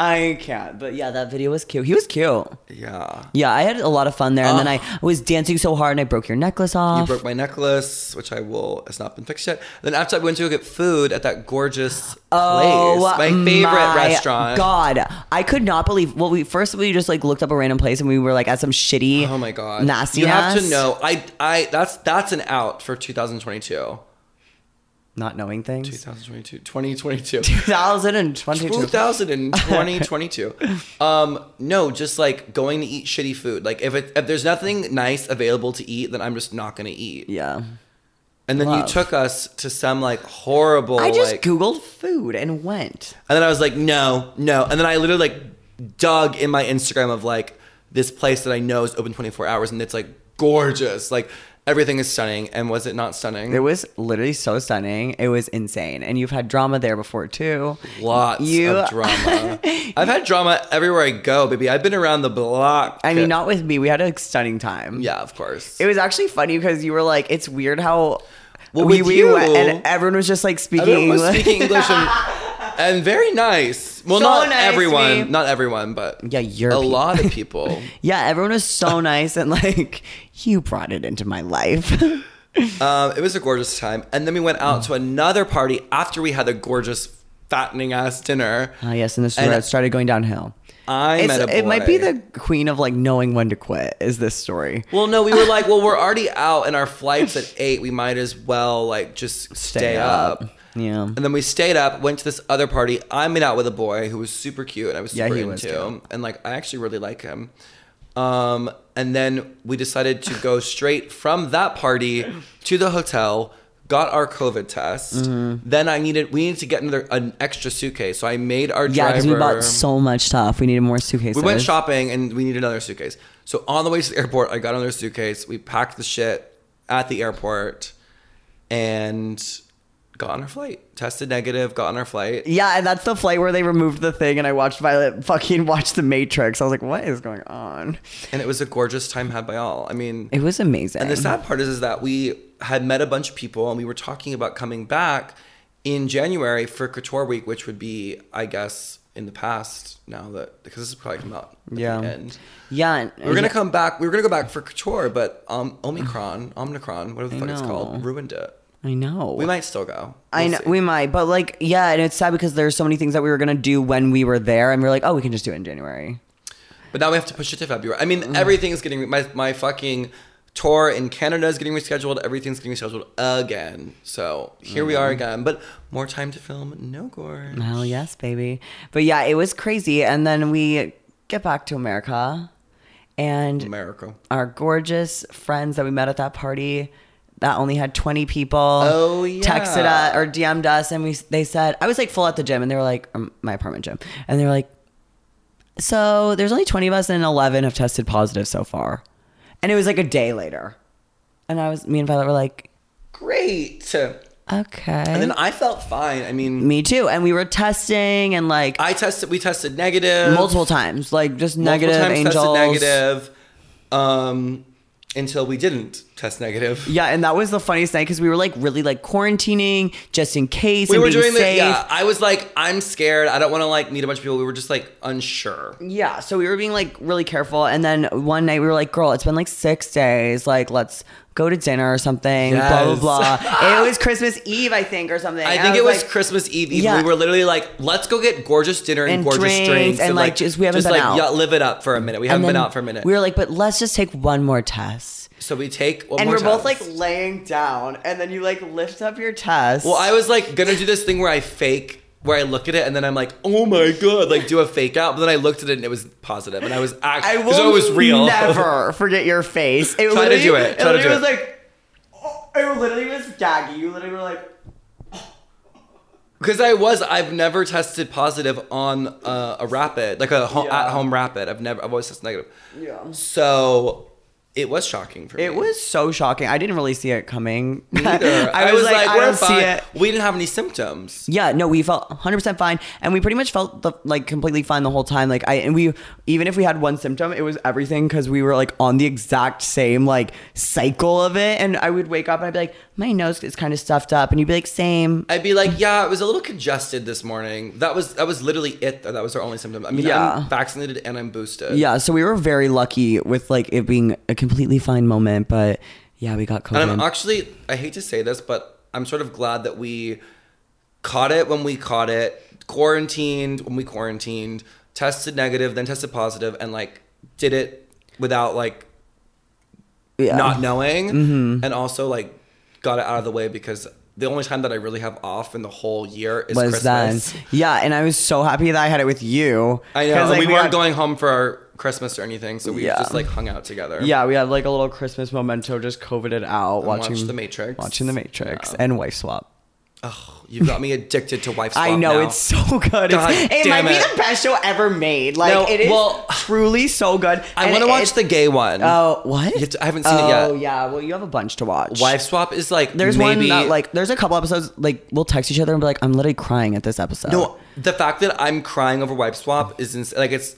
B: I can't, but yeah, that video was cute. He was cute.
A: Yeah.
B: Yeah, I had a lot of fun there, and then
A: Ugh.
B: I was dancing so hard, and I broke your necklace off.
A: Oh. You broke my necklace, which I will. It's not been fixed yet. Then after I went to go get food at that gorgeous place, my favorite
B: Oh, my
A: restaurant.
B: God, I could not believe. Well, we first we just like looked up a random place and we were like at some shitty.
A: Oh my god,
B: nasty.
A: You have to
B: ass-
A: know. I, I. That's that's an out for 2022.
B: not knowing things. [laughs]
A: 2022. 2022.
B: 2022. [laughs]
A: 2022. um, no, just like going to eat shitty food. Like if it, if there's nothing nice available to eat, then I'm just not gonna eat.
B: Yeah,
A: And then you
B: Love.
A: took us to some like horrible.
B: I just
A: Oh, like,
B: googled food and went.
A: And then I was like, no, no. And then I literally like dug in my Instagram of like this place that I know is open 24 hours and it's like gorgeous. Like everything is stunning. And was it not stunning?
B: It was literally so stunning. It was insane, and you've had drama there before too.
A: Lots
B: You-
A: of
B: [laughs]
A: drama. I've had drama everywhere I go, baby. I've been around the block.
B: I mean, not with me. We had a stunning time.
A: Yeah, of course.
B: It was actually funny because you were like, "It's weird how."
A: Well,
B: we,
A: with
B: we
A: you-
B: went and everyone was just like speaking
A: Everyone was
B: English.
A: speaking English and,
B: [laughs]
A: and very nice. Well,
B: So
A: not
B: nice,
A: everyone.
B: babe.
A: Not everyone, but
B: Yeah, your
A: a
B: people.
A: lot
B: [laughs]
A: of people.
B: [laughs] Yeah, everyone was so [laughs] nice and like you brought it into my life. [laughs]
A: Um, it was a gorgeous time. And then we went out to another party after we had the gorgeous, fattening ass dinner.
B: Ah, yes, and this is where
A: And-
B: it started going downhill.
A: I
B: It's-
A: met a boy.
B: It might be the queen of like knowing when to quit. Is this story?
A: Well, no, we were like, well, we're already out and our flight's at eight. We might as well, like, just stay, up.
B: Yeah.
A: And then we stayed up, went to this other party. I made out with a boy who was super cute and I was
B: Yeah,
A: super
B: he
A: into.
B: was cute.
A: And, like, I actually really like him. Um, and then we decided to
B: [laughs]
A: go straight from that party to the hotel, got our COVID test.
B: Mm-hmm.
A: Then I needed, we needed to get another, an extra suitcase. So I made our
B: Yeah,
A: driver.
B: because we bought so much stuff. We needed more suitcases.
A: We went shopping and we needed another suitcase. So on the way to the airport, I got another suitcase. We packed the shit at the airport and got on our flight. Tested negative, got on our flight.
B: Yeah, and that's the flight where they removed the thing, and I watched Violet fucking [laughs] watch The Matrix. I was like, what is going on?
A: And it was a gorgeous time had by all. I mean,
B: It was amazing.
A: and the sad part is, is that we had met a bunch of people and we were talking about coming back in January for Couture Week, which would be, I guess, in the past now that, because this has probably come out at
B: Yeah.
A: the end.
B: yeah, and-
A: We were gonna come back. We were gonna go back for couture, but um,
B: [sighs]
A: Omicron, Omicron, whatever the
B: I
A: fuck it's
B: know.
A: called, ruined it.
B: I know.
A: We might still go.
B: I
A: We'll
B: know
A: see.
B: we might, but like, yeah, and it's sad because there's so many things that we were gonna do when we were there, and we are like, oh, we can just do it in January.
A: but now we have to push it to February. I mean, everything is getting my my fucking tour in Canada is getting rescheduled. Everything's getting rescheduled again. So here we
B: Mm-hmm.
A: are again. But more time to film. No gore.
B: Hell yes, baby. But yeah, it was crazy, and then we get back to America, and
A: America.
B: our gorgeous friends that we met at that party that only had 20 people
A: Oh, yeah.
B: texted us or DM'd us and we they said I was like full at the gym and they were like um, my apartment gym and they were like so there's only 20 of us and 11 have tested positive so far and it was like a day later and I was me and Violet were like
A: Great. And
B: okay
A: then I felt fine. I mean,
B: me too and we were testing and like
A: I tested. We tested negative
B: multiple times like just
A: Multiple
B: negative
A: times
B: angels
A: Tested negative. Um, until we didn't. test negative.
B: Yeah, and that was the funniest night because we were like really like quarantining just in case.
A: We
B: and
A: were
B: being
A: doing
B: safe.
A: the yeah. I was like, I'm scared. I don't want to like meet a bunch of people. We were just like unsure.
B: Yeah, so we were being like really careful, and then one night we were like, "Girl, it's been like six days. Like, let's go to dinner or something." Blah
A: Yes.
B: blah
A: [laughs]
B: blah. it was Christmas Eve, I think, or something.
A: I think it was
B: like,
A: Christmas Eve. Eve.
B: Yeah.
A: We were literally like, let's go get gorgeous dinner and,
B: And
A: gorgeous
B: drinks
A: drinks,
B: and, like, just- we haven't been
A: like,
B: out.
A: Yeah, live it up for a minute. We
B: and
A: haven't been
B: then
A: out for a minute.
B: We were like, "But let's just take one more test."
A: so we take one
B: And
A: more
B: we're both like
A: test.
B: laying down, and then you like lift up your test.
A: Well, I was like gonna do this thing where I fake, where I look at it and then I'm like, oh my god, like do a fake out. But then I looked at it and it was positive, and I was
B: I
A: actually,
B: will
A: so it was real. [laughs]
B: never forget your face. It
A: Try to
B: literally-
A: do it. Try to
B: literally
A: do
B: was
A: it.
B: like, oh, it literally was gaggy. You literally were like.
A: Because I was, I've never tested positive on uh, a rapid, like a ho-
B: Yeah.
A: at home rapid. I've never, I've always tested negative.
B: Yeah.
A: So it was shocking for me.
B: It was so shocking. I didn't really see it coming. [laughs]
A: Either.
B: I, was like, I
A: we're
B: don't
A: fine.
B: see it.
A: We didn't have any symptoms.
B: Yeah, no, we felt 100% fine, and we pretty much felt the, like completely fine the whole time. Like I and we, even if we had one symptom, it was everything because we were like on the exact same like cycle of it. And I would wake up and I'd be like, my nose is kind of stuffed up, and you'd be like, same.
A: I'd be like, yeah, it was a little congested this morning. That was that was literally it. Though. That was our only symptom. I mean,
B: Yeah.
A: I'm vaccinated and I'm boosted.
B: Yeah, so we were very lucky with like it being a completely fine moment, but yeah, we got COVID.
A: And I'm actually, I hate to say this, but I'm sort of glad that we caught it when we caught it, quarantined when we quarantined, tested negative, then tested positive, and like did it without like
B: yeah. Mm-hmm.
A: not knowing, and also like got it out of the way because the only time that I really have off in the whole year is
B: was then.
A: Christmas.
B: Yeah, and I was so happy that I had it with you.
A: I know and
B: 'Cause, like,
A: we, weren't
B: had-
A: going home for our Christmas or anything, so we
B: Yeah.
A: just like hung out together.
B: Yeah, we had like a little Christmas memento, just coveted out, watching
A: watched The Matrix.
B: watching The Matrix,
A: Yeah.
B: and Wife Swap.
A: Oh, you've got me addicted to wife.
B: I
A: swap
B: know
A: now.
B: it's so good.
A: God
B: It's, it might
A: damn
B: be
A: it.
B: the best show ever made. Like
A: No,
B: it is
A: well,
B: truly so good.
A: I
B: And
A: want to
B: it-
A: watch
B: it's-
A: the gay one.
B: Oh, what?
A: You have to- I haven't seen it
B: Oh,
A: yet.
B: yeah. Well, you have a bunch to watch.
A: Wife swap is like
B: There's
A: maybe,
B: one that like there's a couple episodes like we'll text each other and be like I'm literally crying at this episode.
A: no. The fact that I'm crying over wife swap is ins- like it's,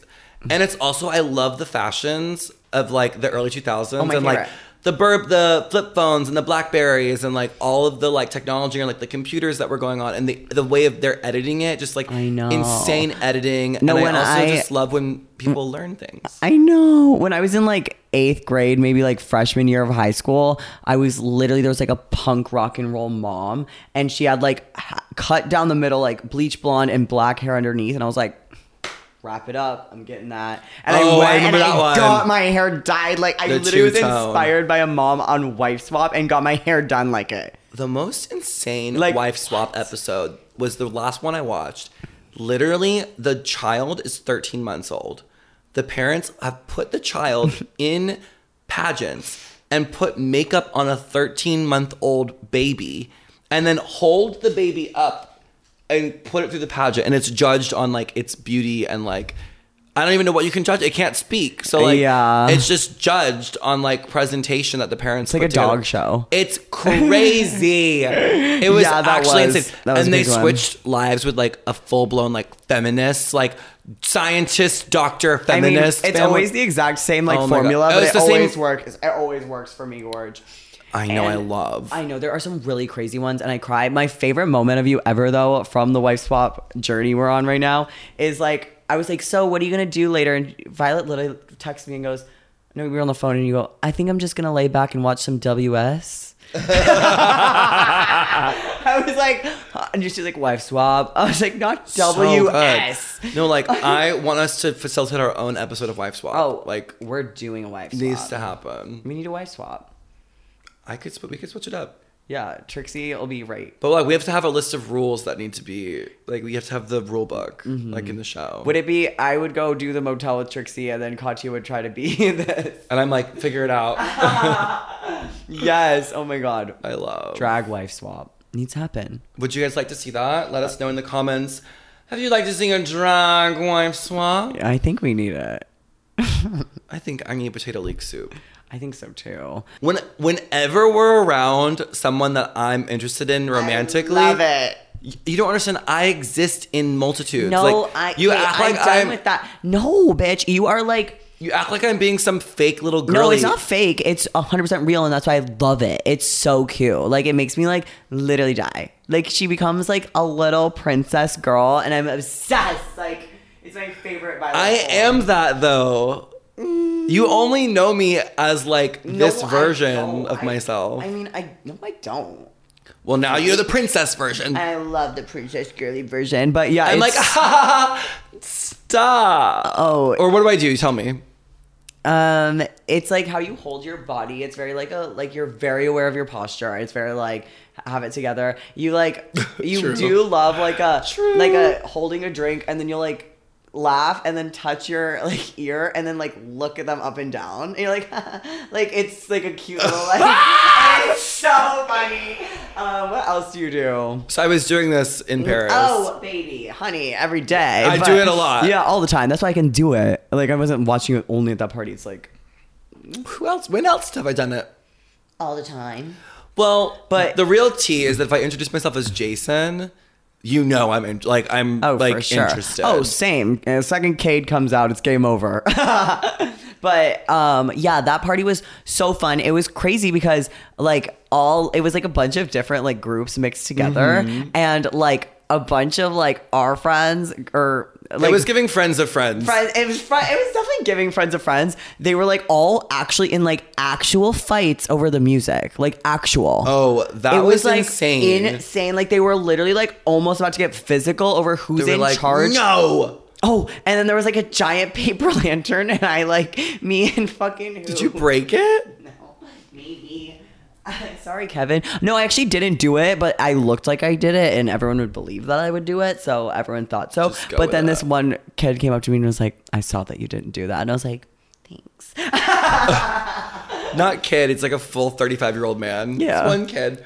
A: and it's also I love the fashions of like the early 2000s
B: Oh, my
A: and like
B: favorite.
A: the burb, the flip phones and the blackberries and like all of the like technology and like the computers that were going on and the the way of they're editing it, just like
B: I know.
A: insane editing.
B: No,
A: and
B: when
A: I also
B: I-
A: just love when people learn things.
B: I know. When I was in like eighth grade, maybe like freshman year of high school, I was literally there was like a punk rock and roll mom, and she had like ha- cut down the middle, like bleach blonde and black hair underneath, and I was like. Wrap it up. I'm getting that. And I
A: Oh, I
B: went
A: remember
B: and
A: that
B: I
A: one.
B: got my hair dyed. Like I
A: The
B: literally was
A: two-tone.
B: inspired by a mom on Wife Swap and got my hair done like it.
A: The most insane
B: Like,
A: wife swap episode was the last one I watched. Literally, the child is 13 months old. The parents have put the
B: [laughs]
A: child in pageants and put makeup on a 13 month old baby and then hold the baby up and put it through the pageant and it's judged on like its beauty and like I don't even know what you can judge. It can't speak. So like
B: Yeah.
A: it's just judged on like presentation that the parents
B: It's like
A: put
B: a dog
A: together.
B: show.
A: It's
B: [laughs]
A: crazy. it was
B: Yeah, that
A: actually
B: was-
A: insane.
B: that was a
A: and they
B: good one.
A: switched lives with like a full blown like feminist, like scientist, doctor,
B: I mean, it's
A: feminist. family.
B: always the exact same like
A: Oh my God.
B: formula,
A: Oh,
B: but
A: it's
B: it
A: the same-
B: always works. It always works for me, Gorge.
A: I know. I
B: And
A: love.
B: I know there are some really crazy ones, and I cry. My favorite moment of you ever, though, from the wife swap journey we're on right now, is like I was like, "So, what are you gonna do later?" And Violet literally texts me and goes, "No, we were on the phone," and you go, "I think I'm just gonna lay back and watch some WS." [laughs] I was like, huh, and she's like, "Wife swap." I was like, "Not
A: So
B: WS."
A: good. no, like I want us to facilitate our own episode of Wife Swap.
B: Oh,
A: like
B: we're doing a wife swap.
A: needs to happen.
B: we need a wife swap.
A: I could sw- we could switch it up,
B: Yeah, Trixie will be right.
A: but like we have to have a list of rules that need to be like we have to have the rule book
B: Mm-hmm.
A: like in the show.
B: Would it be I would go do the motel with Trixie and then Katya would try to be [laughs] this?
A: and I'm like figure it out.
B: Yes. Oh my god.
A: I love.
B: Drag wife swap needs to happen.
A: Would you guys like to see that? Let us know in the comments. Have you liked to see a drag wife swap?
B: I think we need it.
A: I think I need potato leek soup.
B: I think so too.
A: When whenever we're around someone that I'm interested in romantically,
B: it.
A: y- You don't understand. I exist in multitudes.
B: No,
A: like,
B: I.
A: You
B: wait,
A: act
B: I'm
A: like
B: done with that. No, bitch, you are like
A: You act like I'm being some fake little girl.
B: No, it's not fake. It's 100% real, and that's why I love it. It's so cute. Like, it makes me, like, literally die. Like, she becomes, like, a little princess girl, and I'm obsessed. Like, it's my favorite by
A: I am that though.
B: Mm.
A: You only know me as like this version of myself.
B: I mean, I no, I don't.
A: well, now you're the princess version.
B: I love the princess girly version, but yeah,
A: I'm
B: it's-
A: like, ha, [laughs] stop.
B: oh,
A: Or what do I do? Tell me.
B: Um, it's like how you hold your body. It's very like a like you're very aware of your posture. It's very like have it together.
A: [laughs]
B: You like you
A: True.
B: do love like a
A: True.
B: like a holding a drink and then you'll like laugh and then touch your like ear and then like look at them up and down and you're like [laughs] like it's like a cute
A: [laughs]
B: little like [laughs] it's so funny. Um, what else do you do?
A: So I was doing this in Paris.
B: Oh, baby, honey, every day.
A: I do it a lot.
B: Yeah, all the time. That's why I can do it. Like I wasn't watching it only at that party. It's like
A: Who else? When else have I done it?
B: all the time.
A: Well,
B: But-
A: but the real tea is that if I introduce myself as Jason, you know I'm in, like I'm
B: Oh,
A: like
B: for sure.
A: interested.
B: Oh, same. Uh, second Cade comes out, it's game over. [laughs] but um, yeah, that party was so fun. It was crazy because like all it was like a bunch of different like groups mixed together,
A: Mm-hmm.
B: and like a bunch of like our friends or like
A: it was giving friends of friends.
B: friends. It was fri- it was definitely giving friends of friends. They were like all actually in like actual fights over the music, like actual.
A: Oh, that
B: it was,
A: was,
B: like
A: insane.
B: insane. Like they were literally like almost about to get physical over who's
A: They were
B: in
A: like,
B: charge.
A: no.
B: Oh, and then there was like a giant paper [laughs] lantern, and I like me and fucking. Who?
A: Did you break it?
B: No, maybe. [laughs] Sorry, Kevin. No, I actually didn't do it, but I looked like I did it, and everyone would believe that I would do it, so everyone thought so.
A: Just go
B: But
A: with
B: then
A: that.
B: this one kid came up to me and was like, "I saw that you didn't do that," and I was like, "Thanks." [laughs]
A: Not kid. It's like a full 35 year old man. It's
B: Yeah.
A: one
B: [laughs]
A: kid.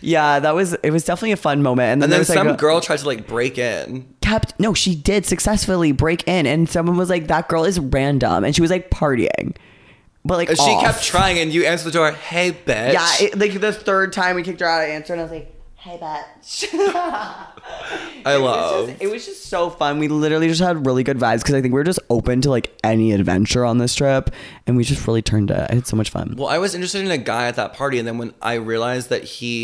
B: yeah, that was it. Was definitely a fun moment. And then,
A: And
B: there
A: then
B: was,
A: some
B: like, a-
A: girl tried to like break in.
B: kept no she did successfully break in and someone was like that girl is random and she was like partying but like
A: And she
B: off.
A: kept trying, and you answered the door, hey, bitch.
B: yeah it, like the third time we kicked her out i answered and i was like hey [laughs] bitch
A: I
B: It was
A: love.
B: just- it was just so fun we literally just had really good vibes because i think we were just open to like any adventure on this trip and we just really turned it i had so much fun
A: Well, I was interested in a guy at that party, and then when I realized that he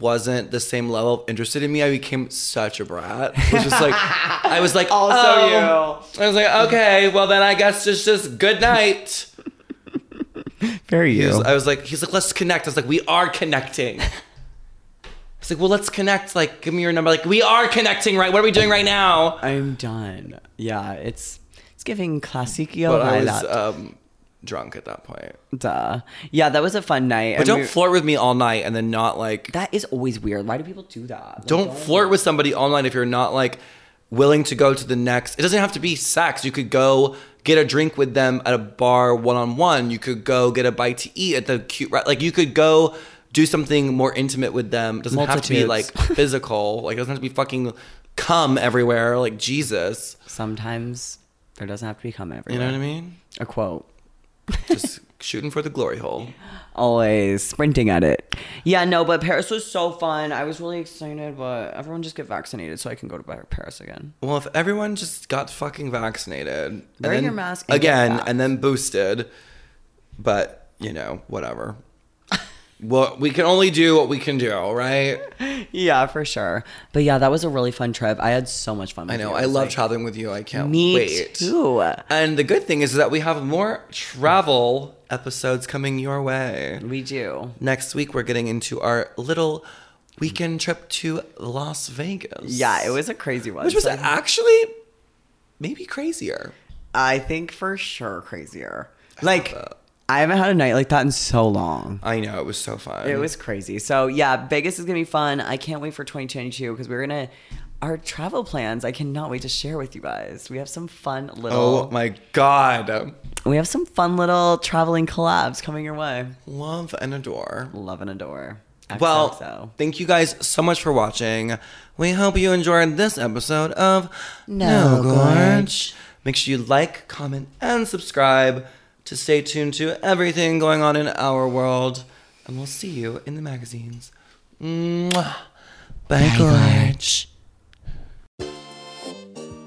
A: wasn't the same level of interested in me, I became such a brat. It was just like I was [laughs] like,
B: Also
A: oh. I was like, okay, well then I guess it's just good night.
B: very
A: He
B: you
A: was- I was like, he's like, let's connect. I was like, we are [laughs] connecting. He's like, well, let's connect. Like, give me your number. Like, we are connecting, right? What are we doing right now?
B: i'm done yeah it's it's giving classicio
A: But I was
B: highlight.
A: um, drunk at that point.
B: Duh. yeah that was a fun night
A: But don't flirt with me all night and then not like
B: That is always weird. Why do people do that? Like,
A: don't, flirt with somebody online if you're not like willing to go to the next it doesn't have to be sex you could go get a drink with them at a bar one-on-one you could go get a bite to eat at the cute re- like you could go do something more intimate with them it doesn't have
B: Multitudes.
A: to be like physical like it doesn't have to be fucking cum everywhere like jesus
B: Sometimes there doesn't have to be come everywhere.
A: you know what i mean
B: A quote.
A: just shooting for the glory hole
B: Always sprinting at it. Yeah, no, but Paris was so fun. I was really excited, but everyone just get vaccinated so I can go to Bar- Paris again. [laughs]
A: well if everyone just got fucking vaccinated and
B: Wear
A: then,
B: your mask and get
A: again
B: vaxxed.
A: and then boosted but you know
B: [laughs]
A: whatever well we can only do what we can do right
B: Yeah, for sure. But yeah, that was a really fun trip. I had so much fun.
A: i
B: with
A: know
B: you.
A: i
B: It was
A: love
B: like-
A: traveling with you i can't
B: Me
A: wait
B: too.
A: and the good thing is that we have more travel episodes coming your way
B: We do.
A: next week we're getting into our little weekend trip to las vegas
B: Yeah, it was a crazy one.
A: which was
B: So
A: actually maybe crazier
B: I think for sure crazier. Like I haven't had a night like that in so long.
A: i know it was so fun
B: It was crazy. So yeah, Vegas is gonna be fun. I can't wait for 2022 because we're gonna our travel plans. I cannot wait to share with you guys. We have some fun
A: oh
B: little
A: my god
B: we have some fun little traveling collabs coming your way.
A: love and adore.
B: Love and adore.
A: Well,
B: XOXO.
A: thank you guys so much for watching. We hope you enjoyed this episode of
B: No Gorge.
A: Make sure you like, comment, and subscribe to stay tuned to everything going on in our world. And we'll see you in the magazines. Mwah. Bye, Gorge.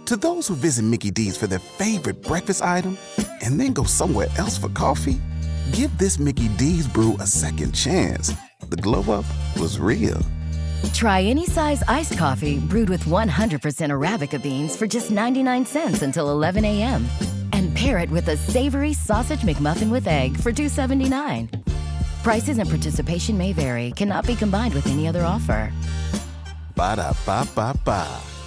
C: To those who visit Mickey D's for their favorite breakfast item and then go somewhere else for coffee, give this Mickey D's brew a second chance. The glow up was real.
D: Try any size iced coffee brewed with 100% Arabica beans for just 99 cents until 11 a.m. And pair it with a savory sausage McMuffin with egg for 279. Prices and participation may vary, cannot be combined with any other offer.
C: Ba da ba ba ba.